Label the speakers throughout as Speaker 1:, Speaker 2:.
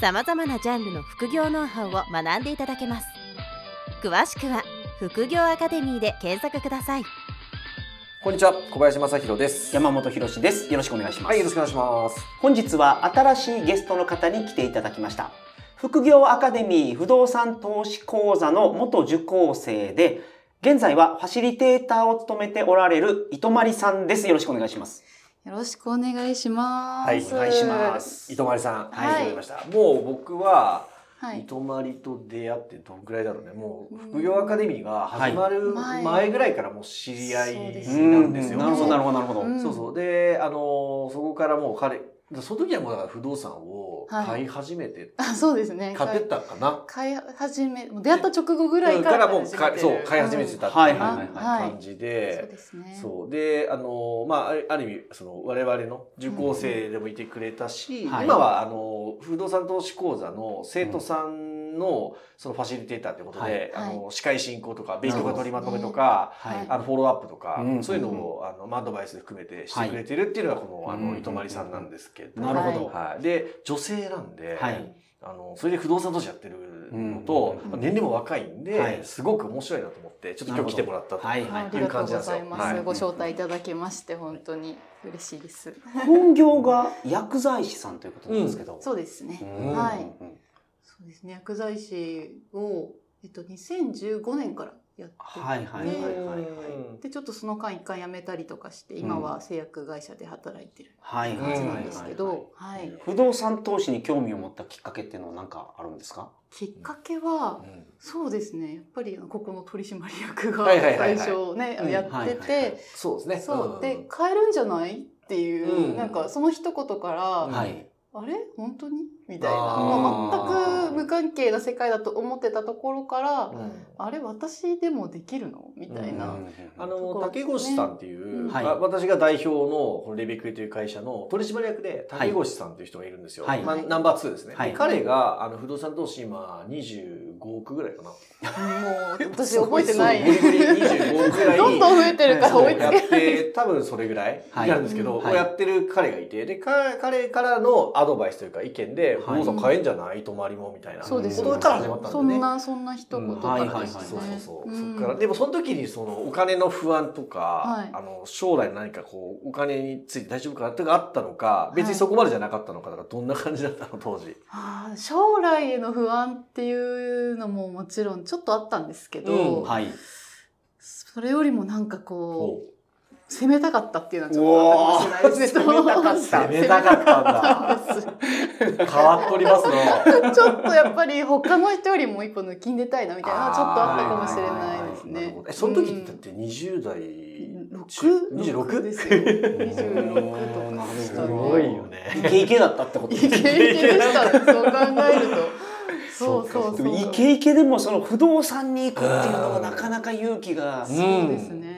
Speaker 1: さまざまなジャンルの副業ノウハウを学んでいただけます詳しくは「副業アカデミー」で検索ください
Speaker 2: こんにちは、小林正弘です。
Speaker 3: 山本博史です。よろしくお願いします。
Speaker 2: はい、よろしくお願いします。
Speaker 3: 本日は新しいゲストの方に来ていただきました。副業アカデミー不動産投資講座の元受講生で、現在はファシリテーターを務めておられる糸まりさんです。よろしくお願いします。
Speaker 4: よろしくお願いします。
Speaker 2: はいお
Speaker 3: 願いします
Speaker 2: 糸まりさん、
Speaker 4: はい
Speaker 2: 来てくれました。もう僕は、
Speaker 4: はい。
Speaker 2: 糸まりと出会ってどんくらいだろうね。もう、
Speaker 4: うん
Speaker 2: 副業アカデミーが始まる
Speaker 4: はい
Speaker 2: 前ぐらいからもう知り合い
Speaker 4: そうですね
Speaker 2: なんですよ。
Speaker 3: なるほど、なる
Speaker 2: ほ
Speaker 3: ほど、なるほど。
Speaker 4: うん
Speaker 2: そうそう。で、あのー、そこからもう彼、その時はもうだから不動産を買い始めて、
Speaker 4: あ、そうですね。
Speaker 2: 買ってったかな。
Speaker 4: 買い始め、もう出会った直後ぐらい
Speaker 2: うん
Speaker 4: か
Speaker 2: から
Speaker 4: ら
Speaker 2: もう買い、そう、買い始めて
Speaker 4: た。
Speaker 2: たって
Speaker 3: はいいうはいはい
Speaker 4: はい
Speaker 2: 感じ
Speaker 4: うん
Speaker 2: で
Speaker 4: そう、ですね。
Speaker 2: そうであのまああるある意味その我々の受講生でもいてくれたし、
Speaker 3: うんはい
Speaker 2: 今はあの不動産投資講座の生徒さんのそのファシリテーターってことで、
Speaker 4: はい
Speaker 2: あの司会進行とか勉強が取りまとめとか、
Speaker 3: はい
Speaker 4: はい
Speaker 2: あのフォローアップとか、
Speaker 3: うん
Speaker 2: そういうのをあのまあアドバイス含めてしてくれてるっていうのがこのあ
Speaker 3: う
Speaker 2: の
Speaker 3: ん
Speaker 2: 糸まりさんなんですけど、
Speaker 3: な
Speaker 4: るほど
Speaker 2: はい、で女性なんで、
Speaker 3: はい
Speaker 2: あのそれで不動産投資やってるのと、
Speaker 4: うん
Speaker 2: まあ年齢も若いんで、
Speaker 3: はい
Speaker 2: すごく面白いなと思ってちょっと今日来てもらったと。
Speaker 3: はいは
Speaker 4: あ
Speaker 3: い
Speaker 4: り
Speaker 2: い
Speaker 4: が
Speaker 2: う
Speaker 4: と
Speaker 2: 感
Speaker 4: う
Speaker 2: じなん
Speaker 4: ご
Speaker 2: ですよ
Speaker 4: ざいます。
Speaker 2: はい
Speaker 4: ご招待いただきまして、本当に嬉しいです。
Speaker 3: 本業が薬剤師さんということなんですけど。
Speaker 4: そうですね。
Speaker 3: うん
Speaker 4: はいそうですね。薬剤師を、えっと、2015年からやってて
Speaker 3: はいはいはいはいはい。
Speaker 4: で、ちょっとその間一回辞めたりとかして、今は製薬会社で働いてる
Speaker 3: はいはいは
Speaker 4: 感
Speaker 3: いは
Speaker 4: じ
Speaker 3: い
Speaker 4: な
Speaker 3: は
Speaker 4: ん
Speaker 3: い
Speaker 4: ですけど、はい。
Speaker 3: 不動産投資に興味を持ったきっかけっていうのは何かあるんですか
Speaker 4: きっかけは
Speaker 2: う、ん
Speaker 4: そうですね。やっぱりあのここの取締役が
Speaker 2: はいはいはいは
Speaker 4: 最
Speaker 2: い
Speaker 4: 初ね、
Speaker 2: うん
Speaker 4: やってて、
Speaker 3: はいはいはい
Speaker 2: そうですね。
Speaker 4: そう
Speaker 2: うん
Speaker 4: で変えるんじゃないっていう、
Speaker 2: うん
Speaker 4: なんかその一言から、
Speaker 2: うん
Speaker 3: はい。
Speaker 4: あれ本当にみたいな、
Speaker 2: あ
Speaker 3: ー
Speaker 4: まあ、全く無関係な世界だと思ってたところから、
Speaker 2: うん
Speaker 4: あれ私でもできるのみたいな、
Speaker 2: うあ
Speaker 3: あの、
Speaker 4: と
Speaker 2: の
Speaker 4: ころ
Speaker 2: 竹越さんっていう、
Speaker 4: うん
Speaker 3: はい
Speaker 2: あ私が代表のこのレベクレという会社の取締役で竹越さんという人がいるんですよ、
Speaker 3: はい
Speaker 2: まあ、ナンバー2ですね、
Speaker 3: はい
Speaker 2: で彼があの不動産投資今25億ぐらいかな
Speaker 4: もう私覚えてない
Speaker 2: そうそうギリギリ25億ぐらい
Speaker 4: どんどん増えてるから
Speaker 2: そう
Speaker 4: 追いつけ
Speaker 2: や
Speaker 4: な
Speaker 2: っ
Speaker 4: い
Speaker 2: て多分それぐらい
Speaker 3: はい
Speaker 2: なんですけど、
Speaker 3: はい
Speaker 2: をやってる彼がいてでか彼からのアドバイスというか意見で「お
Speaker 3: はい
Speaker 2: 父さん買えんじゃない泊まりも」みたいな
Speaker 4: そうです
Speaker 2: ことから始まったんだ
Speaker 4: そ
Speaker 2: よ
Speaker 4: ん
Speaker 2: ね。
Speaker 4: なそんな一言からですね、
Speaker 2: そうそうそう、
Speaker 4: うん
Speaker 2: そっからでもその時にそのお金の不安とか、
Speaker 4: はい
Speaker 2: あの将来何かこうお金について大丈夫かなとかあったのか別にそこまでじゃなかったのかとかどんな感じだったの当時、
Speaker 4: あー将来への不安っていうのももちろんちょっとあったんですけど、
Speaker 2: うん
Speaker 3: はい。
Speaker 4: それよりもなんかこう
Speaker 2: お
Speaker 4: 攻めたかったっていうのはちょっとあったかもしれないですね。
Speaker 3: おー攻めた かった
Speaker 4: そう
Speaker 2: 攻めたかったんだ
Speaker 4: 攻めたかっ
Speaker 2: 変わっとりますの
Speaker 4: たですちょっとやっぱり他の人よりも一歩抜きんでたいなみたいなのはちょっとあったかもしれないです
Speaker 2: なる
Speaker 4: ね
Speaker 2: ほどえ。その時ってだっ
Speaker 4: うん
Speaker 2: て20代
Speaker 4: 六
Speaker 2: 26
Speaker 4: 26ですよ。二十六とかでし
Speaker 2: す
Speaker 4: たね。
Speaker 2: ごいよね
Speaker 3: イケイケだったってこと
Speaker 4: イケイケでしたね。そう考えると。そうそう
Speaker 3: で
Speaker 4: そう。
Speaker 3: もイケイケでもその不動産に行くっていうのはなかなか勇気が
Speaker 4: そうですね。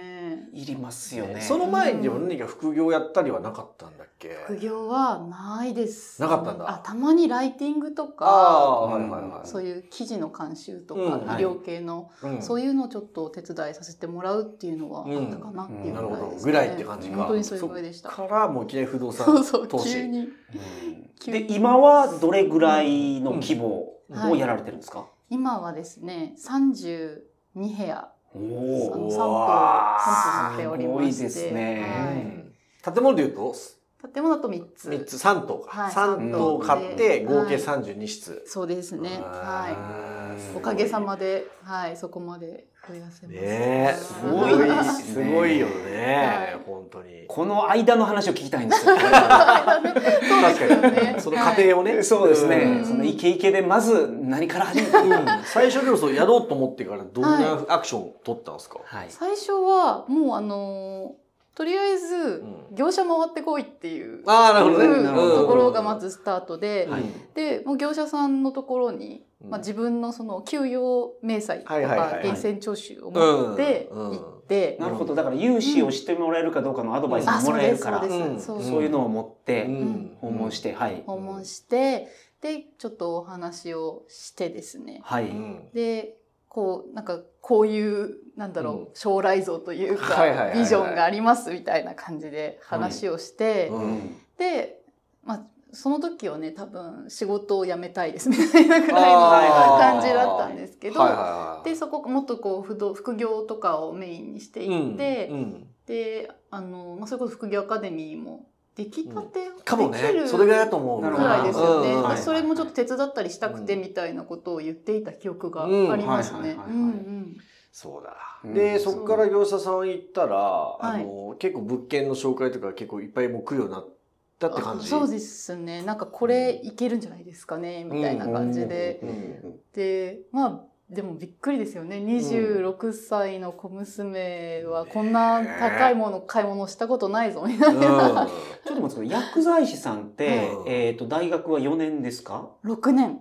Speaker 3: いりますよ ね。
Speaker 2: その前にでも何か副業やったりはなかったんだっけ
Speaker 4: 副業はないです。
Speaker 2: なかったんだ
Speaker 4: あ、たまにライティングと
Speaker 2: あ
Speaker 4: か
Speaker 2: あ、はいはいはい
Speaker 4: そういう記事の監修と
Speaker 2: うん
Speaker 4: か医療系の
Speaker 2: うん
Speaker 4: そういうのをちょっとお手伝いさせてもらうっていうのはあったかなっていう
Speaker 2: なる
Speaker 4: ぐ
Speaker 2: ほ
Speaker 4: ら
Speaker 2: ど
Speaker 4: いです、ね
Speaker 2: ぐらいって感じか
Speaker 4: 本当にそれぐらいでした。
Speaker 2: そっからもういきなり不動産
Speaker 4: そうそう
Speaker 2: 投資
Speaker 4: 急に
Speaker 3: うんで今はどれぐらいの規模
Speaker 4: うん
Speaker 3: をやられてるんですか。
Speaker 4: 今はですね32部屋
Speaker 3: お
Speaker 4: あの
Speaker 3: ー
Speaker 4: 3
Speaker 2: お
Speaker 4: 棟
Speaker 2: ー
Speaker 4: 3棟持っておりまして
Speaker 3: すごいですね
Speaker 2: 建物でいうと
Speaker 4: はい、建物だと3つ
Speaker 2: 三つ三棟か、
Speaker 4: はい
Speaker 2: 三棟買って
Speaker 4: うん
Speaker 2: 合計
Speaker 4: はい
Speaker 2: 三十二室、
Speaker 4: そうですねは
Speaker 2: あー
Speaker 4: いおかげさまで、はい、そこまで増やせました
Speaker 2: ねえすご い
Speaker 4: はい
Speaker 3: です
Speaker 2: す
Speaker 3: ね
Speaker 2: ごいよね、
Speaker 4: はい
Speaker 2: 本当に
Speaker 3: この間の話を聞きたいんですよ。
Speaker 4: そうですよね
Speaker 2: その過程をね、
Speaker 3: そうです
Speaker 4: う
Speaker 3: ね。
Speaker 4: ん
Speaker 3: そのイケイケでまず何から始めた
Speaker 2: う
Speaker 3: の
Speaker 2: んうん最初でもそうやろうと思ってからどんなアクションを取ったんですか、
Speaker 3: はい。
Speaker 4: 最初はもうあのーとりあえず
Speaker 2: うん
Speaker 4: 業者回ってこいっていう、
Speaker 2: ああなるほどね、
Speaker 4: うん
Speaker 3: なるほど
Speaker 4: ところがまずスタートで、
Speaker 3: はい
Speaker 4: でもう業者さんのところに
Speaker 2: うん
Speaker 4: まあ、自分のその給与明細とか
Speaker 2: はいはいはいはい
Speaker 4: 源泉徴収を持って行って、
Speaker 3: なるほどだから融資をしてもらえるかどうかのアドバイス
Speaker 4: あ
Speaker 3: も
Speaker 4: そ
Speaker 3: も
Speaker 4: う
Speaker 3: らえ
Speaker 4: で
Speaker 3: る
Speaker 4: す
Speaker 3: か
Speaker 4: そ
Speaker 3: ら、
Speaker 4: うです、
Speaker 2: うん
Speaker 4: そう
Speaker 3: そういうのを持って
Speaker 2: ん
Speaker 3: 訪問して、はい、
Speaker 4: 訪問してでちょっとお話をしてですね
Speaker 3: はい、
Speaker 2: うん
Speaker 4: でこうなんかこういうなんだろう、
Speaker 2: うん
Speaker 4: 将来像というか、
Speaker 2: はいはいはいはい
Speaker 4: ビジョンがありますみたいな感じで話をして、
Speaker 2: うん
Speaker 4: で、まあ、その時はね多分仕事を辞めたいですみたいなぐらいの
Speaker 3: あー
Speaker 4: 感じだったんですけど、
Speaker 2: はいはいはい
Speaker 4: でそこもっとこう不動副業とかをメインにしていって、
Speaker 2: うんうん
Speaker 4: であの、まあ、それこそ副業アカデミーも出来たて、
Speaker 2: かも
Speaker 4: でき
Speaker 2: ね
Speaker 4: る
Speaker 2: それぐらいだと思う
Speaker 3: なる
Speaker 4: ぐらいですよね、
Speaker 2: うんうん
Speaker 4: まあ
Speaker 3: はい
Speaker 4: それもちょっと手伝ったりしたくて
Speaker 2: うん
Speaker 4: みたいなことを言っていた記憶がありますね。
Speaker 3: うんはいはいはいはい
Speaker 4: うんうん
Speaker 2: そうだ
Speaker 3: うん
Speaker 2: でそこから業者さん行ったら、あ
Speaker 4: い
Speaker 2: の結構物件の紹介とか結構いっぱいもう来るようになったって感
Speaker 4: あ
Speaker 2: じ
Speaker 4: そうですねなんかこれいけるんじゃないですかねみたいな感じで、
Speaker 2: うんうん
Speaker 4: でまあでもびっくりですよね26歳の小娘はこんな高いもの買い物したことないぞみ たい
Speaker 2: うんうん
Speaker 4: な、
Speaker 3: ちょっと待ってください薬剤師さんって、
Speaker 2: うん
Speaker 3: えっ、と大学は4年ですか？
Speaker 4: 6年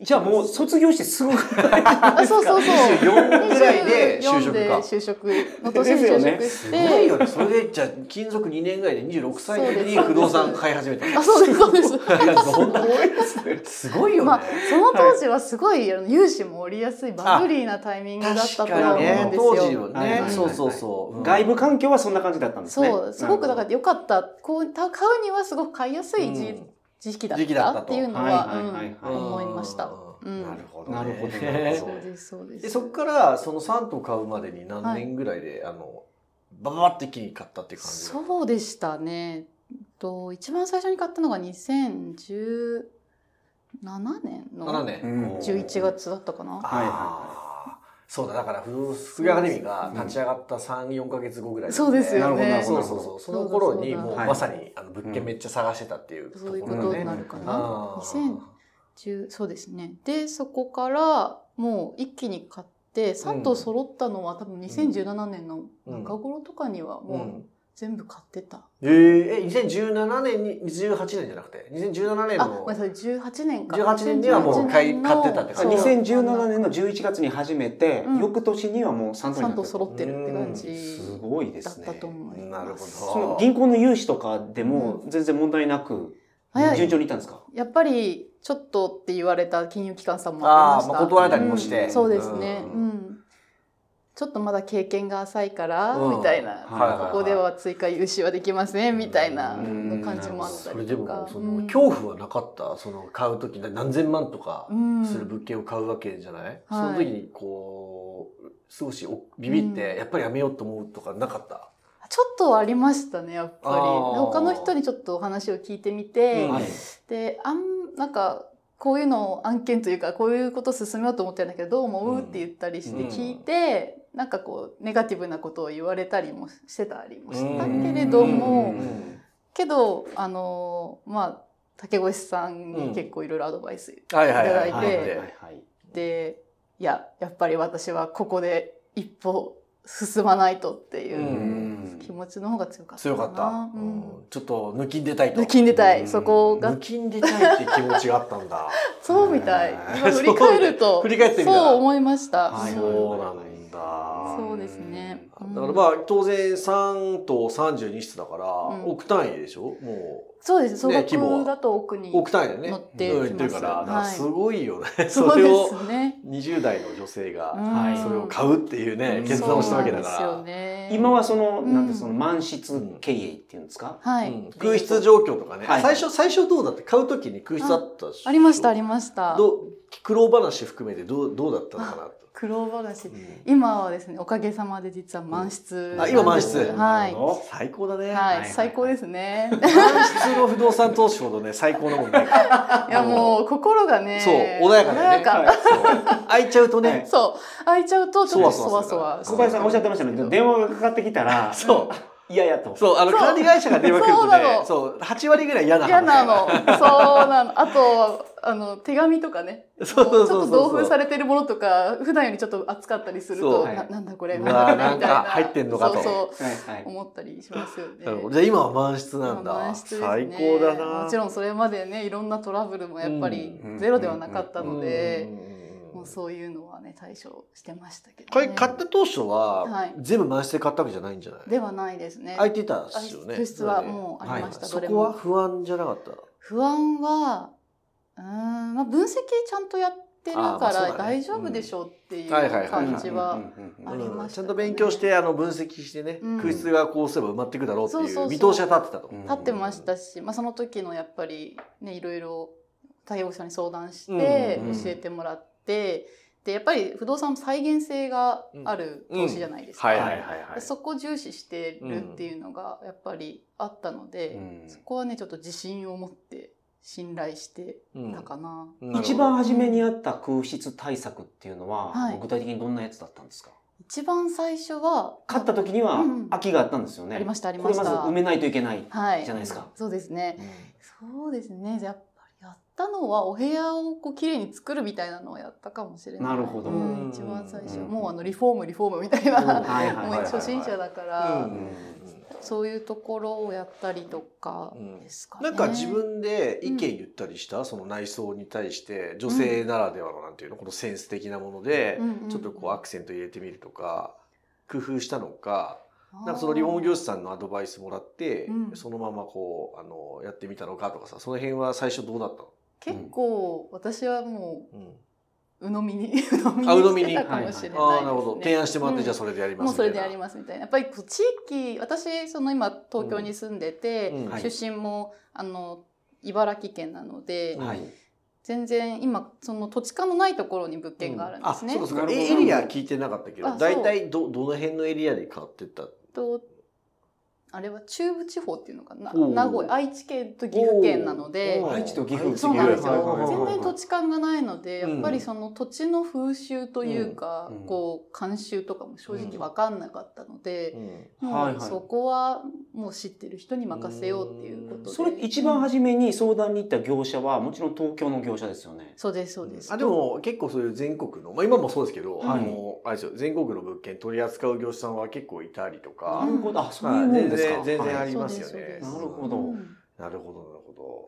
Speaker 3: じゃあもう卒業してすぐ
Speaker 4: あそうそうそう
Speaker 2: 24ぐらいで就
Speaker 4: 24
Speaker 2: 職
Speaker 4: で
Speaker 2: か
Speaker 4: 就職の年に
Speaker 3: ですよね
Speaker 4: 就職し
Speaker 2: す
Speaker 4: て、
Speaker 2: ごいよねそれでじゃあ勤続2年ぐらいで26歳の時に不動産買い始めた
Speaker 4: あそうですそうです
Speaker 2: いやそんなですねすごいよね、
Speaker 4: まあ、その当時はすごい、あの融資も折りやすいバブリーなタイミングだったと
Speaker 2: 確
Speaker 4: 思
Speaker 2: か
Speaker 4: うん
Speaker 2: に
Speaker 4: で
Speaker 2: ね
Speaker 4: す
Speaker 2: 当時
Speaker 4: よ。
Speaker 2: はね、
Speaker 3: はいはいはい
Speaker 2: そうそうそう、うん
Speaker 3: 外部環境はそんな感じだったんですね。
Speaker 4: そうすごくだから良かったこうた買うにはすごく買いやすい時,、
Speaker 2: うん
Speaker 4: 時期だ
Speaker 2: 時期だっ
Speaker 4: ったた
Speaker 2: と
Speaker 4: っていうの
Speaker 3: はい
Speaker 4: は
Speaker 3: はいはい
Speaker 4: うん思いました。うん
Speaker 2: なるほど、ね、
Speaker 3: なるほど
Speaker 2: ね
Speaker 3: ほ
Speaker 4: そ
Speaker 3: ど
Speaker 4: うですそうです
Speaker 2: でそこからその3頭買うまでに何年ぐらいで、あのバババって一気に買ったっていう感じう
Speaker 4: そうでしたねと一番最初に買ったのが2017年
Speaker 2: 7
Speaker 4: の
Speaker 2: 年、
Speaker 3: うん
Speaker 4: 11月だったかな。
Speaker 2: はいはいはいそうだだから不動産アカデミーが立ち上がった34か月後ぐらいなん
Speaker 4: そうです
Speaker 3: なるほ
Speaker 4: よ
Speaker 3: どなる
Speaker 4: ね。
Speaker 3: ほ
Speaker 2: そ
Speaker 3: ど
Speaker 2: うそうそうその頃にもう
Speaker 4: そ
Speaker 3: だそ
Speaker 4: う
Speaker 3: うだ
Speaker 2: まさにあの物件めっちゃ探してたっていうとこ
Speaker 4: そう
Speaker 2: ろ
Speaker 4: いうこ
Speaker 2: がね、
Speaker 4: とになるかな。
Speaker 2: あー
Speaker 4: 200010そうですねでそこからもう一気に買って3頭揃ったのは多分2017年の中頃とかには
Speaker 2: う
Speaker 4: もうん全部買ってた、
Speaker 2: えー、え2017年に18年じゃなくて2017年
Speaker 4: あご
Speaker 2: の
Speaker 4: めんなさい18年か
Speaker 2: 18年にはもう買い買ってたって
Speaker 3: あ
Speaker 2: 感じ
Speaker 3: 2017年の11月に始めて、
Speaker 4: うん
Speaker 3: 翌年にはもう三頭になって
Speaker 4: 3頭
Speaker 3: る
Speaker 4: 揃ってるって感
Speaker 2: うん
Speaker 4: じ
Speaker 3: すごいで
Speaker 4: だ
Speaker 3: す
Speaker 4: っ
Speaker 3: ね
Speaker 4: た。と思いま
Speaker 2: な
Speaker 4: す
Speaker 2: るほど
Speaker 3: その銀行の融資とかでも全然問題なく
Speaker 4: 早い
Speaker 3: 順調にいったんですか？
Speaker 4: やっぱりちょっとって言われた金融機関さんも
Speaker 2: あ
Speaker 4: あり
Speaker 2: ー
Speaker 4: まし
Speaker 2: ま
Speaker 4: た
Speaker 2: あ断られたりもして、
Speaker 3: うん
Speaker 4: そうですね、うん
Speaker 2: ん
Speaker 4: ちょっとまだ経験が浅いから、
Speaker 2: うん
Speaker 4: みたいな、
Speaker 3: はいはいはい
Speaker 4: ここでは追加融資はできませんみたいな
Speaker 3: うん
Speaker 4: 感じもあった
Speaker 2: そ
Speaker 4: り
Speaker 2: れで
Speaker 4: とか
Speaker 2: もそ
Speaker 4: うん
Speaker 2: の恐怖はなかったその買う時に何千万とか
Speaker 4: うん
Speaker 2: する物件を買うわけじゃない、その時にこう少しおビビって
Speaker 4: うん
Speaker 2: やっぱりやめようと思うとかなかった、
Speaker 4: ちょっとありましたねやっぱり
Speaker 2: あ
Speaker 4: で
Speaker 2: ー
Speaker 4: 他の人にちょっとお話を聞いてみて、
Speaker 2: うん
Speaker 3: はい
Speaker 4: であんなんかこういうのを案件というかこういうこと進めようと思ってるんだけどどう思う、
Speaker 2: うん
Speaker 4: って言ったりして聞いて、なんかこうネガティブなことを言われたりもしてたりもしたけれども。
Speaker 3: うん
Speaker 4: けどあのまあ竹越さんに結構いろいろアドバイス言
Speaker 2: はいはい
Speaker 4: いた
Speaker 2: は
Speaker 4: だいて
Speaker 2: いはい
Speaker 3: はい
Speaker 4: って、いややっぱり私はここで一歩進まないとっていうう
Speaker 2: うん
Speaker 4: 気持ちの方が強かった
Speaker 2: 強かった、
Speaker 4: なう
Speaker 2: うんんちょっと抜きんでたいと
Speaker 4: 抜きんでた
Speaker 3: うん
Speaker 4: いそこが
Speaker 2: 抜きんでたいって気持ちがあったんだ
Speaker 4: そうみたい
Speaker 3: うん
Speaker 4: 今振り返 ると
Speaker 2: 振り返ってみたら
Speaker 4: そう思いました、
Speaker 3: はい
Speaker 2: そうなんだ
Speaker 4: そうですね
Speaker 2: だからまあ当然3と32室だから、
Speaker 4: うん
Speaker 2: 億単位でしょも
Speaker 4: そうです総
Speaker 2: ね規模は
Speaker 4: 額だと奥に
Speaker 2: う億単位だよね
Speaker 4: 乗って
Speaker 2: うん
Speaker 4: きます
Speaker 2: 言ってるからだから
Speaker 4: はい
Speaker 2: すごいよね、
Speaker 4: そ
Speaker 2: そうれ
Speaker 4: で
Speaker 2: を
Speaker 4: すね
Speaker 2: 20代の女性が、
Speaker 4: うん
Speaker 3: はい
Speaker 2: それを買うっていうね
Speaker 3: うん
Speaker 2: 決断をしたわけだから、
Speaker 4: そうなんですよね
Speaker 3: 今はその、
Speaker 4: うん
Speaker 3: なんてその満室経営っていうんですか、
Speaker 4: はい、
Speaker 2: うん空室状況とかね、
Speaker 3: はい
Speaker 2: 最初最初どうだって買う時に空室あったでしょ
Speaker 4: ありましたありました
Speaker 2: どう苦労話含めてどうどうだったのかなと、
Speaker 4: 苦労話
Speaker 2: うん
Speaker 4: 今はですねおかげさまで実は満室
Speaker 2: あ今満室
Speaker 4: はいは
Speaker 2: 最高だね、
Speaker 4: い、
Speaker 3: はいはい
Speaker 4: 最高ですね
Speaker 2: 満室の不動産投資ほどね最高なもんない から
Speaker 4: いやもう心がね
Speaker 2: そう穏やかだよね
Speaker 4: 穏やか
Speaker 2: そう開いちゃうとね、
Speaker 3: はい
Speaker 4: そう開いちゃうとちょっと
Speaker 2: そ
Speaker 4: そ
Speaker 2: わ
Speaker 4: わ
Speaker 2: そ
Speaker 4: そ
Speaker 2: わ
Speaker 4: わ
Speaker 2: す
Speaker 3: 小
Speaker 2: る
Speaker 3: 林さんがおっしゃってましたね電話がかかってきたら
Speaker 2: そう
Speaker 3: いやいやと
Speaker 2: そう、あの、管理会社が電話来ると
Speaker 4: そうな
Speaker 2: ね、
Speaker 4: の
Speaker 2: そう、8割ぐらい嫌な話
Speaker 4: 嫌なのそうなのあとあの手紙とかね
Speaker 2: そうそうそうそう
Speaker 4: もちょっと同封されてるものとか普段よりちょっと厚かったりする
Speaker 2: そう
Speaker 4: と
Speaker 3: はい
Speaker 4: ななんだこれ
Speaker 2: う
Speaker 4: み
Speaker 2: わ
Speaker 4: た
Speaker 2: ー
Speaker 4: いな
Speaker 2: なんか入ってんのかと
Speaker 4: そうそ
Speaker 3: はいう
Speaker 4: 思ったりしますよね
Speaker 2: なるほどじゃあ今は満室なんだ。
Speaker 4: まあ満室ですね
Speaker 2: 最高だな。
Speaker 4: もちろんそれまでねいろんなトラブルもやっぱり
Speaker 3: うん
Speaker 4: ゼロではなかったの
Speaker 2: う
Speaker 4: で、
Speaker 2: んうんうん
Speaker 4: そういうのはね対処してましたけど、
Speaker 2: これ
Speaker 4: ね、
Speaker 2: 買った当初は
Speaker 4: はい
Speaker 2: 全部回して買ったわけじゃないんじゃない、
Speaker 4: ではないですね
Speaker 2: 空いてたっすよね
Speaker 4: 空室はもうありました
Speaker 2: そ
Speaker 4: どれ
Speaker 2: こ
Speaker 4: も
Speaker 2: は不安じゃなかった
Speaker 4: 不安はうーん、まあ、分析ちゃんとやってる
Speaker 2: あーまあ
Speaker 4: か
Speaker 2: そうだ
Speaker 4: ら
Speaker 2: ね
Speaker 4: 大丈夫でしょうっていう
Speaker 2: はいはいはいはい
Speaker 4: 感じは
Speaker 3: うん
Speaker 4: ありまし
Speaker 2: ちゃ
Speaker 4: たね
Speaker 2: んと勉強してあの分析してね、
Speaker 4: うん
Speaker 2: 空室がこうすれば埋まっていくだろうって
Speaker 4: そうそう
Speaker 2: い
Speaker 4: そうう
Speaker 2: 見通しが立ってたと、
Speaker 3: うん
Speaker 4: 立ってましたし、まあ、その時のやっぱりねいろいろ対応者に相談し
Speaker 2: うん
Speaker 4: て
Speaker 2: うんうん
Speaker 4: 教えてもらって、でやっぱり不動産も再現性がある投資じゃないですか、
Speaker 2: はいはいはいはい
Speaker 4: そこを重視してるっていうのがやっぱりあったので、
Speaker 3: うん
Speaker 4: そこはねちょっと自信を持って信頼して
Speaker 2: うん
Speaker 4: たかな、
Speaker 2: なるほど
Speaker 3: 一番初めにあった空室対策っていうのは、
Speaker 4: はい
Speaker 3: 具体的にどんなやつだったんですか
Speaker 4: 一番最初は
Speaker 3: 買った時には
Speaker 4: うん
Speaker 3: 空きがあったんですよね、
Speaker 4: ありましたあり
Speaker 3: こ
Speaker 4: ま
Speaker 3: れ
Speaker 4: し
Speaker 3: まず
Speaker 4: た
Speaker 3: 埋めないといけない
Speaker 4: はい
Speaker 3: じゃないですか、
Speaker 4: そうですね
Speaker 2: うん
Speaker 4: そうですねやっぱりやったのはお部屋をこう綺麗に作るみたいなのはやったかもしれない
Speaker 3: なるほど
Speaker 4: うん一番最初
Speaker 3: うん
Speaker 4: もうあのリフォームリフォームみたい
Speaker 2: うん
Speaker 4: な、
Speaker 3: はいはいはい
Speaker 4: も
Speaker 3: は
Speaker 4: う
Speaker 3: い
Speaker 4: 初心者だから、
Speaker 2: うん
Speaker 4: そういうところをやったりとか
Speaker 2: うん
Speaker 4: ですかね、
Speaker 2: なんか自分で意見言ったりした、その内装に対して女性ならではのなんていうのこのセンス的なもので、ちょっとこうアクセント入れてみるとか工夫したのか
Speaker 4: うん
Speaker 2: なんかそのリフォーム業者さんのアドバイスもらって、
Speaker 4: うん
Speaker 2: そのままこうあのやってみたのかとかさその辺は最初どうだった
Speaker 4: 結構私はも
Speaker 2: の、うん
Speaker 4: う鵜呑みに鵜
Speaker 2: あ鵜呑
Speaker 4: 呑
Speaker 2: み
Speaker 4: み
Speaker 2: に
Speaker 4: にしてたかもしれないですね、
Speaker 2: ああなるほど提案してもらって、
Speaker 4: うん
Speaker 2: じゃあそれでやります
Speaker 4: もうそれでやり
Speaker 2: ま
Speaker 4: ますみたいなやっぱりこう地域私その今東京に住んでて、
Speaker 2: うん
Speaker 3: はい
Speaker 4: 出身もあの茨城県なので、
Speaker 2: うん
Speaker 3: はい
Speaker 4: 全然今その土地勘のないところに物件があるんですね。
Speaker 2: あそうかそうか
Speaker 3: なるほど
Speaker 2: エリア聞いてなかったけ
Speaker 4: あ
Speaker 2: ど
Speaker 4: そう
Speaker 2: 大体どどの辺のエリアで買ってった
Speaker 4: とあれは中部地方っていうのかな
Speaker 2: おう
Speaker 4: 名古屋愛知県と岐阜県なので
Speaker 2: おう
Speaker 3: 愛知と岐阜
Speaker 4: そうなんです
Speaker 2: はいはい
Speaker 4: よ
Speaker 2: はいはい
Speaker 4: 全然土地勘がないのでや
Speaker 2: う
Speaker 4: っ
Speaker 2: ん
Speaker 4: ぱりその土地の風習というか、
Speaker 3: うん
Speaker 4: こう慣習とかも正直分かんなかったので、
Speaker 3: うん
Speaker 4: もう
Speaker 3: はいはい
Speaker 4: そこはもう知ってる人に任せようっていうことで
Speaker 3: それ一番初めに相談に行った業者はもちろん東京の業者ですよね
Speaker 4: そうですそうです、
Speaker 2: あでも結構そういう全国の、まあ、今もそうですけど、
Speaker 4: はい
Speaker 2: あのあれですよ全国の物件取り扱う業者さんは結構いたりとか、
Speaker 3: な
Speaker 4: う
Speaker 3: る
Speaker 4: ん
Speaker 3: ほどあそうい
Speaker 2: ま
Speaker 3: う
Speaker 2: あ
Speaker 3: もん
Speaker 2: 全
Speaker 3: です
Speaker 2: 然
Speaker 3: か
Speaker 2: 全
Speaker 3: はい
Speaker 2: 然ありますよ
Speaker 4: そう
Speaker 2: ね
Speaker 4: で。す
Speaker 3: そうですなるほ
Speaker 4: う
Speaker 3: ど
Speaker 4: ん
Speaker 2: なるほどなるほど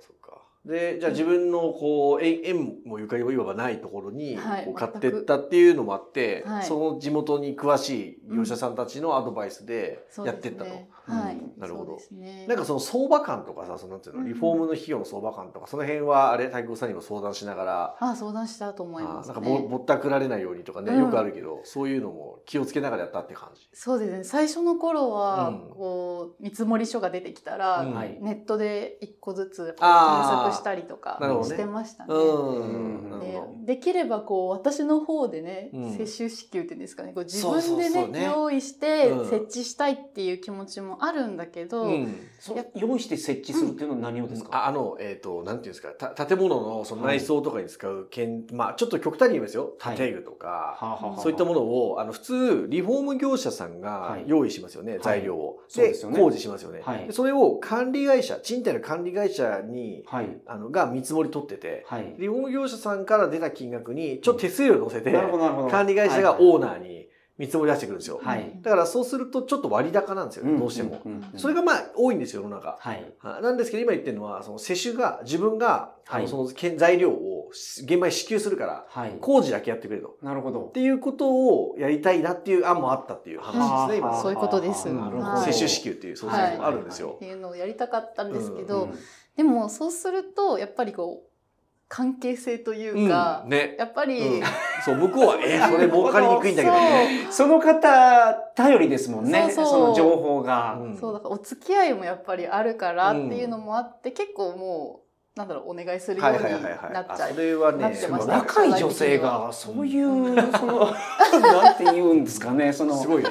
Speaker 2: そっか。でじゃあ自分のこう縁縁もゆかりもいわばないところに
Speaker 4: はい
Speaker 2: こう買ってったっていうのもあって、
Speaker 4: 全くはい
Speaker 2: その地元に詳しい業者さんたちのアドバイスで
Speaker 4: そう
Speaker 2: や
Speaker 4: で
Speaker 2: っ
Speaker 4: す
Speaker 2: てったと。
Speaker 4: ねは
Speaker 2: う
Speaker 4: い、
Speaker 2: んなるほど
Speaker 4: そうですね
Speaker 2: なんかその相場感とかさそのなんていうの
Speaker 4: うん
Speaker 2: リフォームの費用の相場感とかその辺はあれ太鼓さんにも相談しながら。
Speaker 4: あ相談したと思い
Speaker 2: あ
Speaker 4: ます
Speaker 2: な
Speaker 4: ね
Speaker 2: んかぼぼったくられないようにとかね
Speaker 4: うん
Speaker 2: よくあるけど、そういうのも気をつけながらやったって感じ。
Speaker 4: そうですね最初の頃は、
Speaker 2: うん
Speaker 4: こう見積もり書が出てきたら、
Speaker 2: うん
Speaker 3: はい
Speaker 4: ネットで一個ずつやっ
Speaker 2: あー
Speaker 4: ぱり検索したりとか
Speaker 2: なるほどね
Speaker 4: してましたね。
Speaker 2: うん、
Speaker 3: うん
Speaker 2: なる
Speaker 4: で
Speaker 2: ほど。
Speaker 4: できればこう私の方でね、
Speaker 2: うん
Speaker 4: 接種支給っていうんですかねこう自
Speaker 2: そうそう
Speaker 4: 分でね
Speaker 2: そうね
Speaker 4: 用意して
Speaker 2: うん
Speaker 4: 設置したいっていう気持ちもあるんだけど、
Speaker 2: うん
Speaker 3: それ用意して設置するっていうのは何をですか、
Speaker 2: ああの、えっ、と、なんていうんですか、た建物のその内装とかに使う剣、まあ、ちょっと極端に言いますよ。
Speaker 3: はい
Speaker 2: 建具とか、
Speaker 3: はあはあはあ
Speaker 2: そういったものを、あの、普通、リフォーム業者さんが
Speaker 3: はい
Speaker 2: 用意しますよね、材料を。
Speaker 3: そうですよね
Speaker 2: 工事しますよね、
Speaker 3: はい
Speaker 2: でそれを管理会社、賃貸の管理会社に、
Speaker 3: はい
Speaker 2: あの、が見積もり取ってて、
Speaker 3: はい
Speaker 2: リフォーム業者さんから出た金額に、ちょっと手数料乗せて、
Speaker 3: なるほどなるほど
Speaker 2: 管理会社がオーナーに見積もり出してくるんですよ。
Speaker 3: はい
Speaker 2: だからそうすると、ちょっと割高なんですよね、どうしても。
Speaker 3: んんん
Speaker 2: それがまあ、多いんですよ、世の中。
Speaker 3: はい
Speaker 2: あなんですけど今言ってるのはその施主が自分が、あの
Speaker 3: はい
Speaker 2: その建材料をし現場に支給するから
Speaker 3: はい
Speaker 2: 工事だけやってくれと。
Speaker 3: なるほど
Speaker 2: っていうことをやりたいなっていう案もあったっていう話ですね、
Speaker 3: はあはあ
Speaker 2: 今
Speaker 4: そういうことです
Speaker 3: なるほど
Speaker 4: はい
Speaker 2: 接種支給っていうそうそう
Speaker 4: はい
Speaker 2: あるんです
Speaker 4: っ
Speaker 2: よ
Speaker 4: て。いうのをやりたかったんですけど、
Speaker 3: うん
Speaker 4: でもそうするとやっぱりこう関係性というか、
Speaker 2: うん、ね、
Speaker 4: やっぱり、
Speaker 2: うんそう向こうはえーそれ儲かりにくいんだけどね。
Speaker 3: その方頼りですもんねそ
Speaker 4: そうそう
Speaker 3: の情報が、
Speaker 2: うん
Speaker 4: そうだからお付き合いもやっぱりあるからっていうのもあって、結構もうなんだろうお願いするよう
Speaker 2: はい
Speaker 4: に
Speaker 2: はいはいはい。
Speaker 4: なっち
Speaker 2: あ
Speaker 4: ゃ。
Speaker 2: そうれは
Speaker 4: なっ
Speaker 2: ね
Speaker 4: てまし
Speaker 2: す
Speaker 4: た
Speaker 3: 若い女性がそういうその なんて言うんですかねそ の
Speaker 2: ごいね。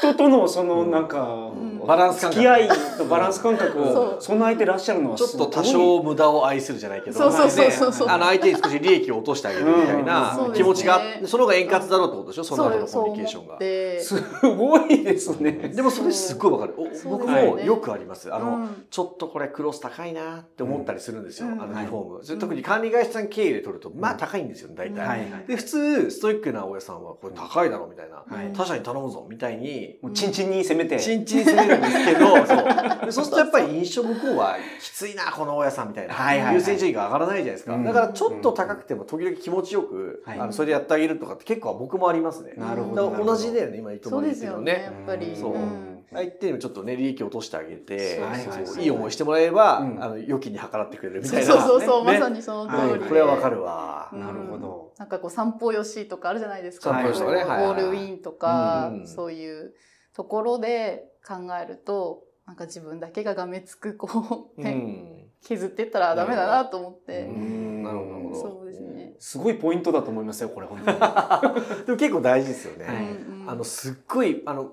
Speaker 3: 人とのその
Speaker 2: うん
Speaker 3: なんか、
Speaker 4: ん
Speaker 2: バランス感
Speaker 3: 付
Speaker 2: 覚
Speaker 3: き合いのバランス感覚
Speaker 4: そ
Speaker 3: を
Speaker 4: う
Speaker 3: 備えてらっしゃるのは
Speaker 2: ちょっ
Speaker 3: すご
Speaker 2: と
Speaker 3: い
Speaker 2: 多少無駄を愛するじゃないけど、
Speaker 4: そうそうそうそうそう
Speaker 2: あの相手に少し利益を落としてあげるみたいな
Speaker 4: うん
Speaker 2: 気持ちがあっ
Speaker 4: そうです
Speaker 2: て、
Speaker 4: ね
Speaker 2: その方が円滑だろうってことでしょ、その後の
Speaker 4: そう
Speaker 2: コ
Speaker 4: そう
Speaker 2: ミュニケー
Speaker 4: 思
Speaker 2: ション
Speaker 4: っ
Speaker 2: が。
Speaker 4: て。
Speaker 3: すごいですね。
Speaker 2: でもそれすっごいわかる。お
Speaker 4: そう
Speaker 2: 僕
Speaker 4: そうですよ
Speaker 2: も
Speaker 4: ね
Speaker 2: よくあります。あ
Speaker 4: う
Speaker 2: の、
Speaker 4: ん
Speaker 2: ちょっとこれクロス高いなって思ったりするんですよ、
Speaker 4: うん
Speaker 2: あのリフォーム。それ特に管理会社さん経由で取ると、まあ高いんですよね、大体。で、普通、ストイックな大家さんは、これ高いだろうみたいな。
Speaker 4: はい
Speaker 2: 他社に頼むぞみたいに、
Speaker 3: もうチンチンに攻めて、
Speaker 2: チンチン攻めるるんですけど、そう。でそうするとやっぱり印象向こうは、きついな、この大家さんみたいな。
Speaker 3: はいはいはい
Speaker 2: 優先順位が上がらないじゃないですか。
Speaker 3: うん
Speaker 2: だからちょっと高くても時々気持ちよく、
Speaker 3: はい
Speaker 2: あのそれでやってあげるとかって結構僕もありますね。
Speaker 3: なるほ
Speaker 2: だ
Speaker 3: ど
Speaker 2: から
Speaker 3: なるほど
Speaker 2: 同じだよね、今、糸
Speaker 4: そう
Speaker 2: 満
Speaker 4: で
Speaker 2: です
Speaker 4: す
Speaker 2: け
Speaker 4: よ
Speaker 2: ど
Speaker 4: ね
Speaker 2: ね。
Speaker 4: やっぱり
Speaker 2: そう
Speaker 4: うん
Speaker 2: 相手にもちょっとね、利益を落としてあげて、
Speaker 3: はいはいはい
Speaker 2: そういい思いしてもらえれば、
Speaker 3: うん
Speaker 2: あの、預金に計らってくれるみ
Speaker 4: そ
Speaker 2: た
Speaker 4: う
Speaker 2: いな。
Speaker 4: そうそうそう、
Speaker 2: ね
Speaker 4: まさにその
Speaker 2: は
Speaker 4: 通
Speaker 2: い
Speaker 4: りで、
Speaker 2: これはわかるわ。
Speaker 4: うん
Speaker 3: なるほど。
Speaker 4: なんかこう散歩よしとかあるじゃないですか、
Speaker 2: 散
Speaker 3: 歩よしとかね
Speaker 4: こう
Speaker 2: はいはいはい
Speaker 4: オールインとか、
Speaker 2: うんうん
Speaker 4: そういうところで考えるとなんか自分だけががめつくこう、
Speaker 2: う
Speaker 4: ね
Speaker 2: ん。
Speaker 4: 削ってったらダメだなと思っ
Speaker 3: う
Speaker 4: て、
Speaker 2: うんなるほどなるほど。
Speaker 4: そうですね。
Speaker 3: すごいポイントだと思いますよ、これ本当に。
Speaker 2: でも結構大事ですよね。
Speaker 3: はい
Speaker 4: うんうん
Speaker 2: あのすっごいあの、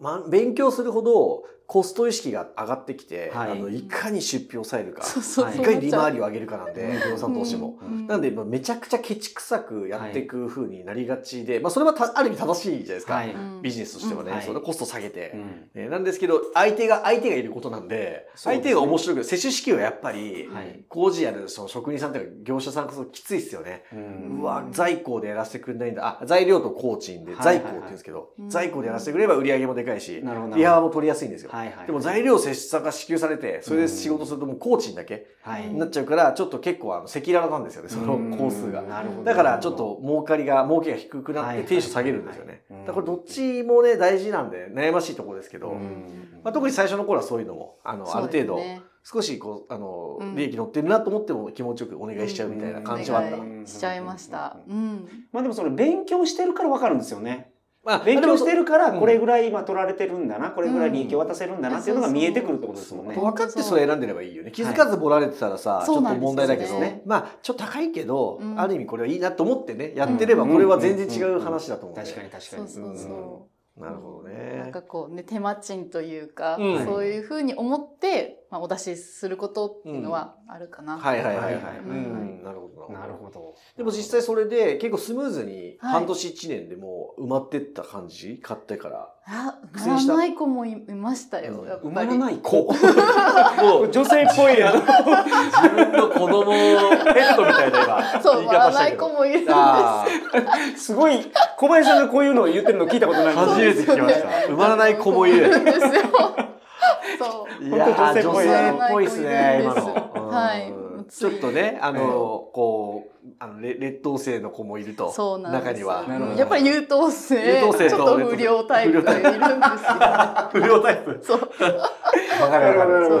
Speaker 2: ま、勉強するほどコスト意識が上がってきて、
Speaker 3: はい
Speaker 2: あのいかに出費を抑えるか、
Speaker 4: そうそう
Speaker 3: はい
Speaker 2: い
Speaker 4: そ
Speaker 2: うか
Speaker 4: 思
Speaker 2: に利
Speaker 4: っちゃう
Speaker 2: 回りを上げるかなんで不動産投資も。
Speaker 4: うん
Speaker 2: なんでまあめちゃくちゃケチくさくやっていく風になりがちで、まあ、それはたある意味正しいじゃないですか、
Speaker 3: はい。
Speaker 4: うん
Speaker 2: ビジネスとしてはね、
Speaker 3: うんはい
Speaker 2: そのコスト下げて。
Speaker 3: うん
Speaker 2: ねなんですけど相手が相手がいることなんで
Speaker 3: そうですね
Speaker 2: 相手が面白く接種式はやっぱり
Speaker 3: はい
Speaker 2: 工事やるその職人さんとか業者さんこそきついですよね。
Speaker 3: うん
Speaker 2: うわ在庫でやらせてくれないんだあ材料と工賃で
Speaker 3: はいはい
Speaker 2: 在
Speaker 3: はい
Speaker 2: 庫って言うんですけど、
Speaker 4: うん
Speaker 2: 在庫でやらせてくれれば売り上げもでかいし
Speaker 3: なるほど。
Speaker 2: リハーも取りやすいんですよ、
Speaker 3: はいはい。
Speaker 2: でも材料接差が支給されてそれで仕事するともう工賃だけ
Speaker 3: はい
Speaker 2: になっちゃうからちょっと結構あの赤裸々なんですよねその工数
Speaker 3: う
Speaker 2: が
Speaker 3: んなるほど
Speaker 2: だからちょっと儲かりが儲けが低くな
Speaker 3: は
Speaker 2: っ
Speaker 3: いは
Speaker 2: て
Speaker 3: い
Speaker 2: 定所下げるんですよね
Speaker 3: はいはい
Speaker 2: だからこれどっちもね大事なんで悩ましいところですけど、
Speaker 3: うん
Speaker 2: まあ、特に最初の頃はそういうのもあの、ある程
Speaker 4: そう
Speaker 2: 度
Speaker 4: ですね
Speaker 2: 少しこうあの
Speaker 4: うん
Speaker 2: 利益乗ってるなと思っても気持ちよくお願いしちゃうみたいな感じはあった
Speaker 4: お願いしちゃいました、うん
Speaker 3: まあでもそれ勉強してるからわかるんですよね。
Speaker 2: まあ
Speaker 3: 勉強してるから
Speaker 2: うん
Speaker 3: これぐらい今取られてるんだな、これぐらい利益を渡せるんだなっていうのが見えてくるってことですもんね。
Speaker 2: 分かってそれ選んでればいいよね気づかずボラれてたらさ、ち
Speaker 4: そ
Speaker 2: ょ
Speaker 4: う
Speaker 2: っ
Speaker 4: な
Speaker 2: と
Speaker 4: んですよ
Speaker 2: 問題だけど、
Speaker 4: ね
Speaker 2: まあちょっと高いけど、
Speaker 4: うん
Speaker 2: ある意味これはいいなと思ってねやってればこれは全然違う話だと思う、ね
Speaker 3: 確かに確か
Speaker 4: そう
Speaker 3: に。
Speaker 4: そうそう、
Speaker 2: なるほど
Speaker 4: なん
Speaker 2: ね
Speaker 4: かこうね手間賃というか、
Speaker 2: うん
Speaker 4: そういうふうに思って、まあ、お出しすることっていうのはあるかな、
Speaker 2: はいはいはいはい、
Speaker 3: うん
Speaker 2: うん、なるほど
Speaker 3: なるほど。
Speaker 2: でも実際それで結構スムーズに
Speaker 4: はい
Speaker 2: 半年1年でもう埋まってった感じ買ってから
Speaker 4: あ
Speaker 2: 苦
Speaker 4: 埋
Speaker 2: 戦し
Speaker 4: ま
Speaker 2: た
Speaker 4: らない子もいいましたよ、
Speaker 2: うん
Speaker 4: やっぱり
Speaker 3: 埋まらない
Speaker 2: こ
Speaker 3: 子。
Speaker 2: もう
Speaker 3: 女性っぽいな。
Speaker 2: 自分の子供ペットみたいな今
Speaker 4: そう埋まらない子もいるんです
Speaker 2: あ
Speaker 3: すごい小林さんがこういうのを言ってるの聞いたことない
Speaker 2: あ初めて 聞きました埋まらない子もい
Speaker 4: そうな
Speaker 2: る
Speaker 4: んですよ。そ
Speaker 2: い
Speaker 3: やー
Speaker 2: 女性っぽいですね、今の。
Speaker 4: はい
Speaker 2: うんちょっとね、あの、こう、あの、れ劣等生の子もいると。
Speaker 4: う、そうなん
Speaker 2: 中に
Speaker 4: です。
Speaker 2: は。
Speaker 3: なるほど
Speaker 4: やっぱり優等生、
Speaker 2: 優等生と
Speaker 4: ちょっと不良タイプがいるん ですよ。
Speaker 2: 不良タイプ。
Speaker 4: そう、そう
Speaker 2: わかるわかる。
Speaker 4: そ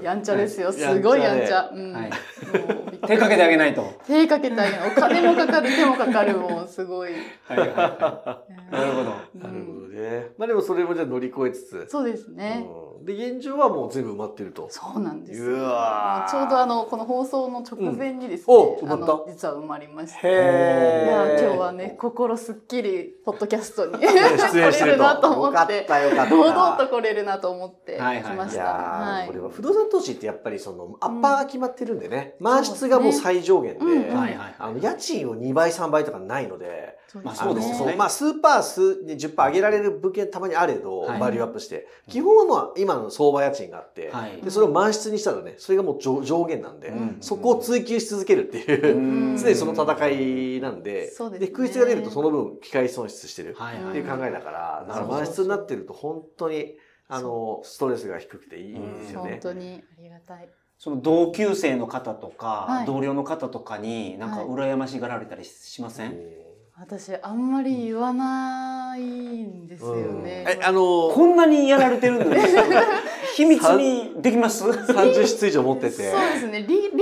Speaker 4: う、やんちゃですよ。すごいやんちゃ。うん、
Speaker 3: はい
Speaker 4: もうびっくり
Speaker 3: 手かけてあげないと。
Speaker 4: 手かけてあげないお金もかかる、手もかかる、もうすごい。
Speaker 3: はいはいは
Speaker 4: え
Speaker 3: い。なる
Speaker 4: ー
Speaker 3: ほど。
Speaker 2: なるほどね。まあでもそれもじゃあ乗り越えつつ。
Speaker 4: そうですね。
Speaker 2: うんで、現状はもう全部埋まってると。
Speaker 4: そうなんですよ。
Speaker 2: うわー
Speaker 4: ちょうどあのこの放送の直前にですね、
Speaker 2: うんお埋まった
Speaker 4: あの実は埋まりました。い
Speaker 2: へ
Speaker 4: や
Speaker 2: ー
Speaker 4: ー今日はね心すっきりポッドキャストに 来
Speaker 2: ね出演して
Speaker 4: れ
Speaker 2: る
Speaker 4: る
Speaker 2: と。
Speaker 4: なと思
Speaker 2: よか
Speaker 4: っ
Speaker 2: ってたよかった。
Speaker 4: 堂々と来れるなと思って来
Speaker 3: はいはい
Speaker 4: ま
Speaker 2: い
Speaker 4: した。
Speaker 2: や
Speaker 4: は
Speaker 2: ー
Speaker 4: い
Speaker 2: これは不動産投資ってやっぱりそのアッパーが決まってるんでね、満室がもう最上限で、
Speaker 4: そうですねうんうん
Speaker 3: はいはい
Speaker 2: あの家賃を2倍3倍とかないので、
Speaker 4: そう
Speaker 3: まあそうですよね
Speaker 2: あのまあ数パー数10パー上げられる物件たまにあれど、
Speaker 3: はい
Speaker 2: バリューアップして、基本はまあ今の相場家賃があって、
Speaker 3: はい
Speaker 2: でそれを満室にしたらね、それがもう上上限なんで、
Speaker 3: うん
Speaker 2: そこを追求し続けるっていう、
Speaker 4: うん
Speaker 2: 常にその戦いなんで、
Speaker 4: そうですね
Speaker 2: で空室が出るとその分機械損失してる。
Speaker 3: はい
Speaker 2: っ
Speaker 3: は
Speaker 2: てい
Speaker 3: いう
Speaker 2: 考えだから、
Speaker 3: なるほど
Speaker 2: 満室になってると本当にあのストレスが低くていいんですよ
Speaker 4: 本
Speaker 2: ね。
Speaker 4: 当にありがたい。
Speaker 3: その同級生の方とか、
Speaker 4: はい
Speaker 3: 同僚の方とかになんか羨ましがられたりしません、
Speaker 4: 私あんまり言わないんですよ
Speaker 2: うん
Speaker 4: ね。
Speaker 2: えあの
Speaker 3: こんなにやられてるのに 秘密にできます
Speaker 2: 三十室以上持ってて、
Speaker 4: そうですね理理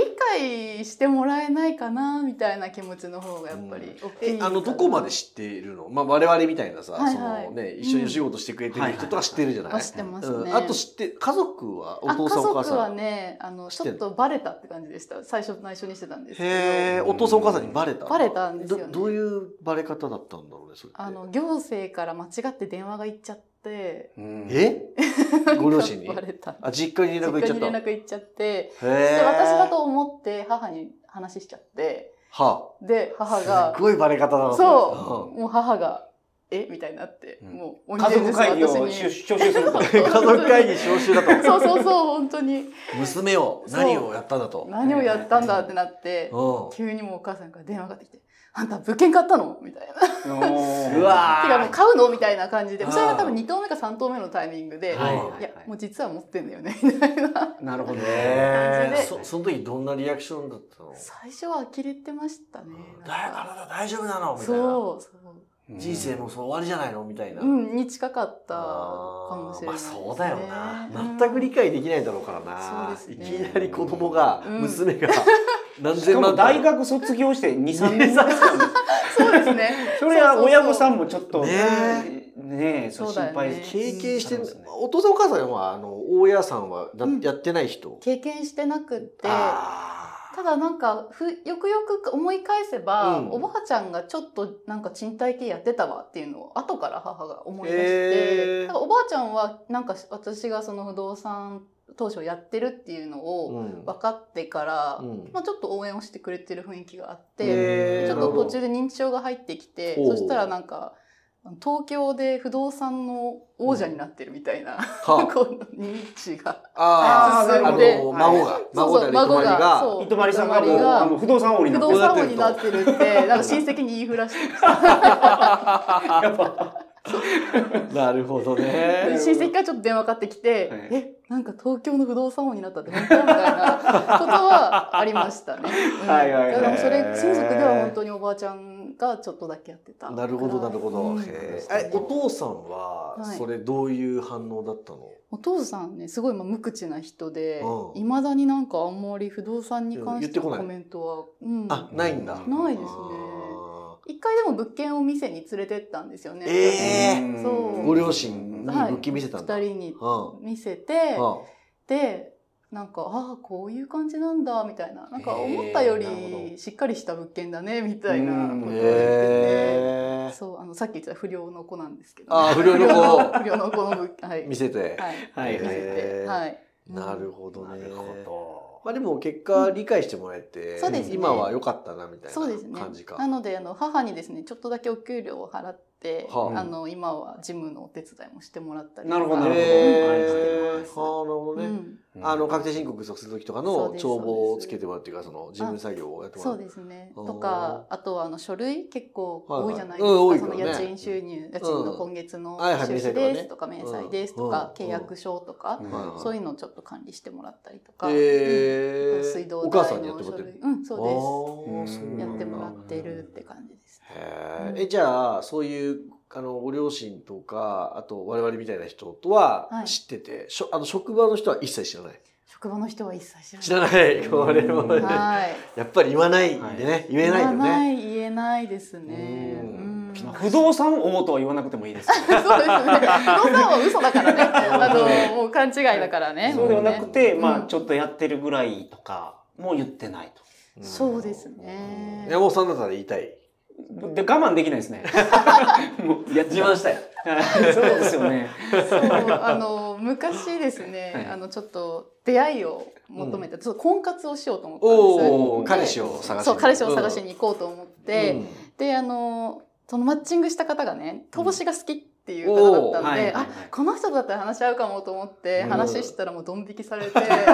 Speaker 4: 解してもらえないかなみたいな気持ちの方がやっぱり大きい
Speaker 2: え
Speaker 4: かな
Speaker 2: あのどこまで知っているの？まあ我々みたいなさ、
Speaker 4: はいはい
Speaker 2: そのね一緒にお仕事してくれてる人とか知ってるじゃない？
Speaker 4: は知ってますね。
Speaker 2: うんあと知って家族はお
Speaker 4: あ
Speaker 2: 父さんお母
Speaker 4: 家族
Speaker 2: さ
Speaker 4: は
Speaker 2: ん。
Speaker 4: ねあの
Speaker 2: 知っ
Speaker 4: ち
Speaker 2: て
Speaker 4: ょ
Speaker 2: ん
Speaker 4: っ
Speaker 2: の
Speaker 4: とバレたって感じでした最初内緒にしてたんですけ
Speaker 2: へえ
Speaker 3: うん
Speaker 2: お父さんお母さんにバレた。
Speaker 4: どバレたんですよね
Speaker 2: どどういうバレ方だったんだろうねそれって。
Speaker 4: あの行政から間違って電話が行っちゃって
Speaker 2: え？ ご両親に
Speaker 4: バレた
Speaker 2: あ実家に連絡行っちゃっ
Speaker 4: 実家に
Speaker 2: た。
Speaker 4: 連絡行っちゃって
Speaker 2: へえ。
Speaker 4: で私だと思って母に話しちゃって
Speaker 2: は
Speaker 4: で母
Speaker 2: あ。
Speaker 4: が
Speaker 2: すごいバレ方だな。
Speaker 4: そ
Speaker 2: うん
Speaker 4: もう母がえみたいになって、
Speaker 3: うん
Speaker 4: もう
Speaker 3: 家族会議を
Speaker 4: に
Speaker 3: 招集する と
Speaker 2: 家族会議招集だ と。
Speaker 4: そうそうそう本当に
Speaker 2: 娘を
Speaker 4: そう
Speaker 2: 何をやったんだと。
Speaker 4: 何をやったんだってなって
Speaker 2: う
Speaker 4: 急にもうお母さんから電話がかかってきて「あんた物件買ったのみたいな。
Speaker 3: う
Speaker 4: てかもう
Speaker 3: わ
Speaker 4: 買うのみたいな感じで、
Speaker 2: あー
Speaker 4: それが多分2投目か3投目のタイミングで、
Speaker 2: はい
Speaker 4: いや、もう実は持ってんだよね、みたいな。
Speaker 3: ーなるほどね。
Speaker 2: え
Speaker 4: 感じで
Speaker 2: そその時どんなリアクションだったの
Speaker 4: 最初は呆れてましたね。
Speaker 2: うんだ
Speaker 4: なん
Speaker 2: あな
Speaker 4: か
Speaker 2: た大丈夫なのみたいな。
Speaker 4: そう、そう。
Speaker 2: 人生もうそう終わりじゃないのみたいな。
Speaker 4: うん、に近かったかもしれないです、ね。
Speaker 2: あーまあそうだよな。
Speaker 4: うん
Speaker 2: 全く理解できないだろうからな。
Speaker 4: そうです
Speaker 2: い
Speaker 4: ね
Speaker 2: きなり子供が、
Speaker 4: うん
Speaker 2: 娘が何
Speaker 3: しか
Speaker 2: 千
Speaker 3: も
Speaker 2: 万
Speaker 3: 大学卒業して2、3年経つんです
Speaker 4: そうですね。
Speaker 3: それは親御さ
Speaker 4: ん。
Speaker 3: んもちょっと
Speaker 2: ね
Speaker 3: ねえ、そう
Speaker 4: そう
Speaker 3: 心
Speaker 4: だよ
Speaker 3: 配
Speaker 4: ね
Speaker 3: です
Speaker 2: 経験して、
Speaker 3: そうですね
Speaker 2: お父さんお母さんはあの大家さんはだ
Speaker 4: うん
Speaker 2: やってない人。
Speaker 4: 経験してなくって。
Speaker 2: あ
Speaker 4: ただなんかふよくよく思い返せば、
Speaker 2: うん
Speaker 4: おばあちゃんがちょっとなんか賃貸系やってたわっていうのを後から母が思い出
Speaker 2: へー
Speaker 4: してだからおばあちゃんはなんか私がその不動産当初やってるっていうの
Speaker 2: ー
Speaker 4: を
Speaker 2: うん
Speaker 4: 分かってから、
Speaker 2: うん
Speaker 4: まあ、ちょっと応援をしてくれてる雰囲気があって、
Speaker 2: へー
Speaker 4: ちょっ
Speaker 2: なる
Speaker 4: と
Speaker 2: ほど
Speaker 4: 途中で認知症が入ってきて
Speaker 2: ほう
Speaker 4: そしたらなんか東京で不動産の王者になってるみたいな、
Speaker 2: はあ
Speaker 4: この認知が。
Speaker 2: あー、あ
Speaker 4: 進んで
Speaker 2: の、孫が、孫だね、
Speaker 4: 孫
Speaker 2: 隣
Speaker 4: が
Speaker 2: が。
Speaker 4: そう
Speaker 3: 伊藤まりさんが
Speaker 4: 伊
Speaker 3: もう
Speaker 4: 藤まりが
Speaker 3: あの不動産王にな
Speaker 4: 不
Speaker 3: って
Speaker 4: 動
Speaker 3: る
Speaker 4: 産王になってる って、なんか親戚に言いふらしてました
Speaker 3: やっぱ
Speaker 2: なるほど
Speaker 4: で
Speaker 2: ね。
Speaker 4: 親戚からちょっと電話かかってきて、
Speaker 3: はい
Speaker 4: えなんか東京の不動産王になったって本当みたいなことはありましたね。うん
Speaker 3: はいはいはい
Speaker 4: だからもうそれ親族では本当におばあちゃんがちょっとだけやってた。
Speaker 2: なるほど、なるほど。
Speaker 4: うん
Speaker 2: へーえ、お父さんは、
Speaker 4: はい
Speaker 2: それどういう反応だったの
Speaker 4: お父さんねすごいまあ無口な人で
Speaker 2: うん
Speaker 4: いまだになんかあんまり不動産に関して
Speaker 2: うん言ってこな
Speaker 4: の
Speaker 2: い
Speaker 4: コメントは、うん、
Speaker 2: あ、ないんだ。
Speaker 4: ないですね
Speaker 2: あ
Speaker 4: 一回でも物件を店に連れてったんですよね。
Speaker 2: えー
Speaker 3: うん
Speaker 4: そう
Speaker 2: ーご両親に
Speaker 4: はい
Speaker 2: 武器見せたんだ。
Speaker 4: 二人に
Speaker 2: うん
Speaker 4: 見せて、
Speaker 2: うん
Speaker 4: でなんかああこういう感じなんだみたいななんか思ったよ
Speaker 2: へーなるほど
Speaker 4: りしっかりした物件だねみたいなことを言ってて、
Speaker 2: へー
Speaker 4: そうあのさっき言ってた不良の子なんですけど、
Speaker 2: あー不良の子を
Speaker 4: 不良の子の物件はい
Speaker 2: 見せて。
Speaker 4: はい
Speaker 3: はいはい
Speaker 4: 見せ
Speaker 2: へー
Speaker 4: てはい
Speaker 2: なるほど
Speaker 3: な
Speaker 2: ね
Speaker 3: る。ほ
Speaker 2: まあでも結果理解してもらえて
Speaker 4: そうです、ね
Speaker 2: 今は良かったなみたい
Speaker 4: そうです
Speaker 2: な
Speaker 4: ね
Speaker 2: 感じか。
Speaker 4: なのであの母にですねちょっとだけお給料を払って、
Speaker 2: はあ
Speaker 4: あの今は事務のお手伝いもしてもらったりと
Speaker 3: な
Speaker 4: か
Speaker 3: るほどなるほど
Speaker 2: へ
Speaker 4: はい
Speaker 2: ーはあ、なるほど
Speaker 4: う
Speaker 2: ね。
Speaker 4: ん、
Speaker 3: ど
Speaker 2: あの確定申告する時とか
Speaker 4: そ
Speaker 2: の
Speaker 4: うです
Speaker 2: 帳簿をつけてもらうっていうかその事務作業をやってもら
Speaker 4: そうう。ですね。
Speaker 2: あー
Speaker 4: とかあとはあの書類結構多いじゃないですか、
Speaker 2: はいはいうん多い
Speaker 4: その
Speaker 2: よね
Speaker 4: 家賃収入家賃の今月の
Speaker 2: はいはい
Speaker 4: 収支
Speaker 2: 明細とかね
Speaker 4: ですとか明細ですとか、
Speaker 2: うん
Speaker 4: 契約書とか、
Speaker 3: うん
Speaker 2: はいはい
Speaker 4: そういうのをちょっと管理してもらったりとか、
Speaker 2: へ
Speaker 4: う
Speaker 2: ー
Speaker 4: ん水道
Speaker 2: お母さ
Speaker 4: 代
Speaker 2: んにやってもらって
Speaker 4: の書類
Speaker 2: る。
Speaker 4: うんそう
Speaker 3: で
Speaker 2: あ
Speaker 3: す
Speaker 2: ーそう
Speaker 4: うです
Speaker 2: な
Speaker 4: や
Speaker 2: んだ
Speaker 4: ってもらってるって感じです。
Speaker 2: へ
Speaker 4: うん
Speaker 2: ーえじゃあそういうあのご両親とかあと我々みたいな人とは
Speaker 4: はい
Speaker 2: 知ってて、しょあの職場の人は一切知らない
Speaker 4: 職場の人は一切知
Speaker 2: 知ら
Speaker 4: らない。
Speaker 2: ない
Speaker 3: うん
Speaker 2: これもね
Speaker 3: 知ら
Speaker 2: や
Speaker 4: はい。
Speaker 2: っぱり言わないんでね、 言えないよ
Speaker 4: 言わな
Speaker 2: ね
Speaker 4: い言えないですね。
Speaker 2: う
Speaker 4: うんん。そうですね。
Speaker 3: 不動産王とは言わなくてもいいですけ
Speaker 4: 不動産は嘘 だからね。あのもう勘違いだからね。
Speaker 3: どそうではな
Speaker 4: も
Speaker 3: くて、
Speaker 4: うん
Speaker 3: まあちょっとやってるぐらいとかも言ってない
Speaker 2: うん
Speaker 4: そうですね
Speaker 2: 山本さんだったら言いたい
Speaker 3: とで我慢できないで すねもうやっ
Speaker 2: 自慢したい
Speaker 3: はいそうですよね
Speaker 4: そうあの昔ですね、
Speaker 3: はい
Speaker 4: あのちょっと出会いを求めて、ちょっと婚活をしようと思ったんです
Speaker 2: おお
Speaker 3: で
Speaker 2: 彼氏を探し
Speaker 4: そう彼氏を探し
Speaker 2: に
Speaker 4: に行こうと思っ
Speaker 2: 行
Speaker 4: て、であのそのマッチングした方がね投資が好きっていう方だった
Speaker 3: うんお
Speaker 4: んで、
Speaker 3: ーはいはい
Speaker 4: あこの人だったら話し合うかもと思って
Speaker 2: うん
Speaker 4: 話したらもうドン引きされて、もう連絡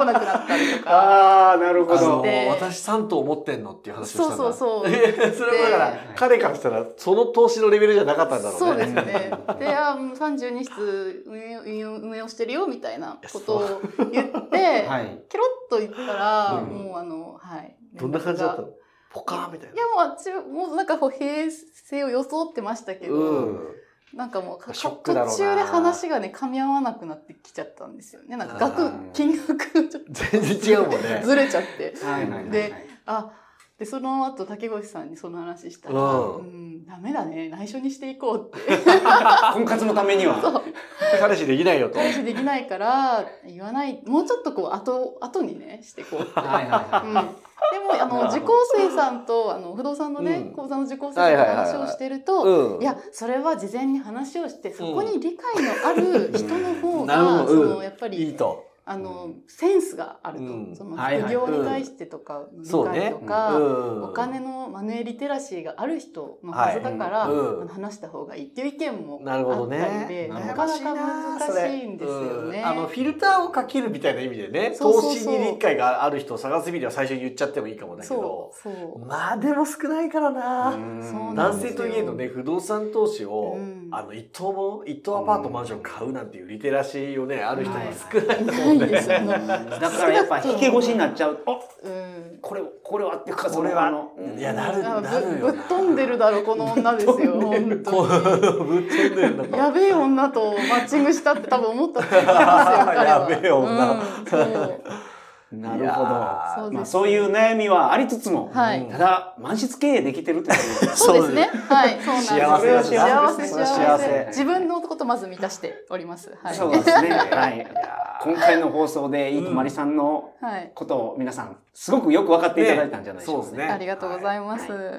Speaker 4: 来なくなったり とか。
Speaker 3: ああなる ほ
Speaker 2: あの
Speaker 3: ど
Speaker 4: で
Speaker 2: 私3頭持ってんのっていう話をしたんだ
Speaker 4: そうそうそう
Speaker 2: いや それはだから彼からしたらその投資のレベルじゃなかったんだろうね
Speaker 4: そうですね。で、あ、もう32室運営運営運営をしてるよみたいなことを言っ て、
Speaker 3: はい
Speaker 4: ケロッと言ったら、
Speaker 2: うん
Speaker 4: もうあの、はい。
Speaker 2: どんな感じだった
Speaker 4: い
Speaker 2: のポカーンみたいな
Speaker 4: やもうあっち、もうなんかこう平成を装ってましたけど、
Speaker 2: うん
Speaker 4: なんかもうか
Speaker 2: ショッ
Speaker 4: 途
Speaker 2: クだろうな
Speaker 4: 中で話がね、噛み合わなくなってきちゃったんですよね。なんか
Speaker 2: あ
Speaker 4: 額
Speaker 3: ー、
Speaker 4: 金額ちょっ
Speaker 2: 全然違うもんね
Speaker 4: とずれちゃって。
Speaker 3: はいはいはい
Speaker 4: であでその後竹越さんにその話したら「
Speaker 2: うん
Speaker 4: うんダメだね内緒にしていこう」って
Speaker 3: 婚活のために は
Speaker 4: そう
Speaker 2: 彼氏できないよと。
Speaker 4: 彼氏できないから言わないもうちょっとこう後後にねしてこうって、
Speaker 3: はいはい
Speaker 4: うん、
Speaker 3: はい
Speaker 4: でもあの
Speaker 3: なる
Speaker 4: 受
Speaker 3: ほ
Speaker 4: 講生さんとあの不動産のね、
Speaker 2: うん
Speaker 4: 講座の受講生さんと話をしてると、い
Speaker 2: うん
Speaker 4: やそれは事前に話をしてそこに理解のある人の方が、
Speaker 2: なるほどうん
Speaker 4: そのやっぱり
Speaker 2: いいと。
Speaker 4: あの、センスがあると、
Speaker 2: うん
Speaker 4: その
Speaker 3: はい
Speaker 4: 副
Speaker 3: はい
Speaker 4: 業に対してとか
Speaker 2: そう
Speaker 4: の理
Speaker 2: ね
Speaker 4: 解とか、
Speaker 2: うん
Speaker 4: お金のマネーリテラシーがある人のはずだから、
Speaker 2: はいうん
Speaker 4: あの話した方がいいっていう意見も
Speaker 2: なるほ
Speaker 4: あ
Speaker 2: ど
Speaker 4: った
Speaker 2: ね
Speaker 4: りで、なかなか難しいんですよね。
Speaker 2: うんあのフィルターをかけるみたいな意味でね
Speaker 4: そうそうそう
Speaker 2: 投資に理解がある人を探す意味では最初に言っちゃってもいいかもだけ
Speaker 4: そ
Speaker 2: ど
Speaker 4: うそう、
Speaker 2: まあでも少ないからな、
Speaker 4: うん
Speaker 2: 男性といえどね不動産投資を、
Speaker 4: うん
Speaker 2: あの一棟も一棟アパートマンション買うなんていうリテラシーをねある人が少 ないと思う
Speaker 4: い
Speaker 2: ん
Speaker 4: な
Speaker 2: だよ
Speaker 4: いで
Speaker 2: ね
Speaker 4: すよね
Speaker 3: だからやっぱ引け越しになっちゃう。あ、
Speaker 4: うん、
Speaker 3: これこれはっていうか
Speaker 2: それ
Speaker 3: あ
Speaker 2: は
Speaker 3: のうん
Speaker 2: いやなる
Speaker 4: あ
Speaker 2: なる
Speaker 4: ぶ
Speaker 2: よ
Speaker 4: ぶっ飛んでるだろこの女ですよ。本
Speaker 2: こう
Speaker 4: 当に
Speaker 2: ぶっ飛んでるのか
Speaker 4: やべえ女とマッチングしたって多分思ったと思いますよ彼は。
Speaker 2: やべえ女
Speaker 4: うんそう
Speaker 3: なる
Speaker 2: いや
Speaker 3: ほど。
Speaker 2: ー
Speaker 4: そうです
Speaker 3: まあそういう悩みはありつつも、
Speaker 4: は
Speaker 2: う
Speaker 4: い
Speaker 2: ん。
Speaker 3: ただ満室経営できてるってことです。
Speaker 4: そうですね。はい。そうなんです。
Speaker 2: 幸せ
Speaker 3: ですね
Speaker 4: 幸せ
Speaker 3: それ
Speaker 4: 幸
Speaker 3: は
Speaker 4: せ
Speaker 3: 幸せ
Speaker 4: 自分のことまず満たしております。はい。
Speaker 3: そうです ね。はい。
Speaker 2: い
Speaker 3: 今回の放送でいいとまりさんの
Speaker 4: はい。
Speaker 3: ことを皆さんすごくよく分かっていただいたんじゃないでしょうか、
Speaker 2: ね
Speaker 4: ありがとうございます。
Speaker 3: は
Speaker 4: は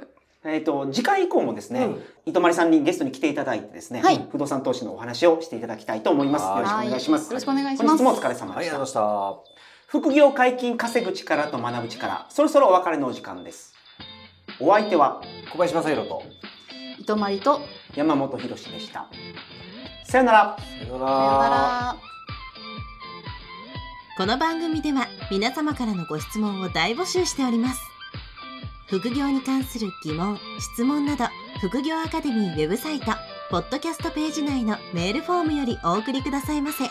Speaker 3: えっ、と次回以降もですね、
Speaker 2: うん
Speaker 3: 糸まりさんにゲストに来ていただいてですね、
Speaker 4: はい
Speaker 3: 不動産投資のお話をしていただきたいと思います。よ
Speaker 2: は
Speaker 3: ろしくお
Speaker 4: い
Speaker 3: 願いします。
Speaker 4: よろしくお願いし
Speaker 3: 本
Speaker 4: ま
Speaker 3: 日
Speaker 4: す。
Speaker 3: もお疲
Speaker 2: は
Speaker 3: れ様
Speaker 2: いあり
Speaker 3: でし
Speaker 2: がとうござい
Speaker 3: た
Speaker 2: ま。した
Speaker 3: 副業解禁稼ぐ力と学ぶ力、そろそろお別れのお時間です。お相手は
Speaker 2: 小林正宏と
Speaker 4: 糸まりと
Speaker 3: 山本博史でした。さよなら。
Speaker 2: さよう
Speaker 4: さよなら。
Speaker 1: この番組では皆様からのご質問を大募集しております副業に関する疑問・質問など副業アカデミーウェブサイトポッドキャストページ内のメールフォームよりお送りくださいませ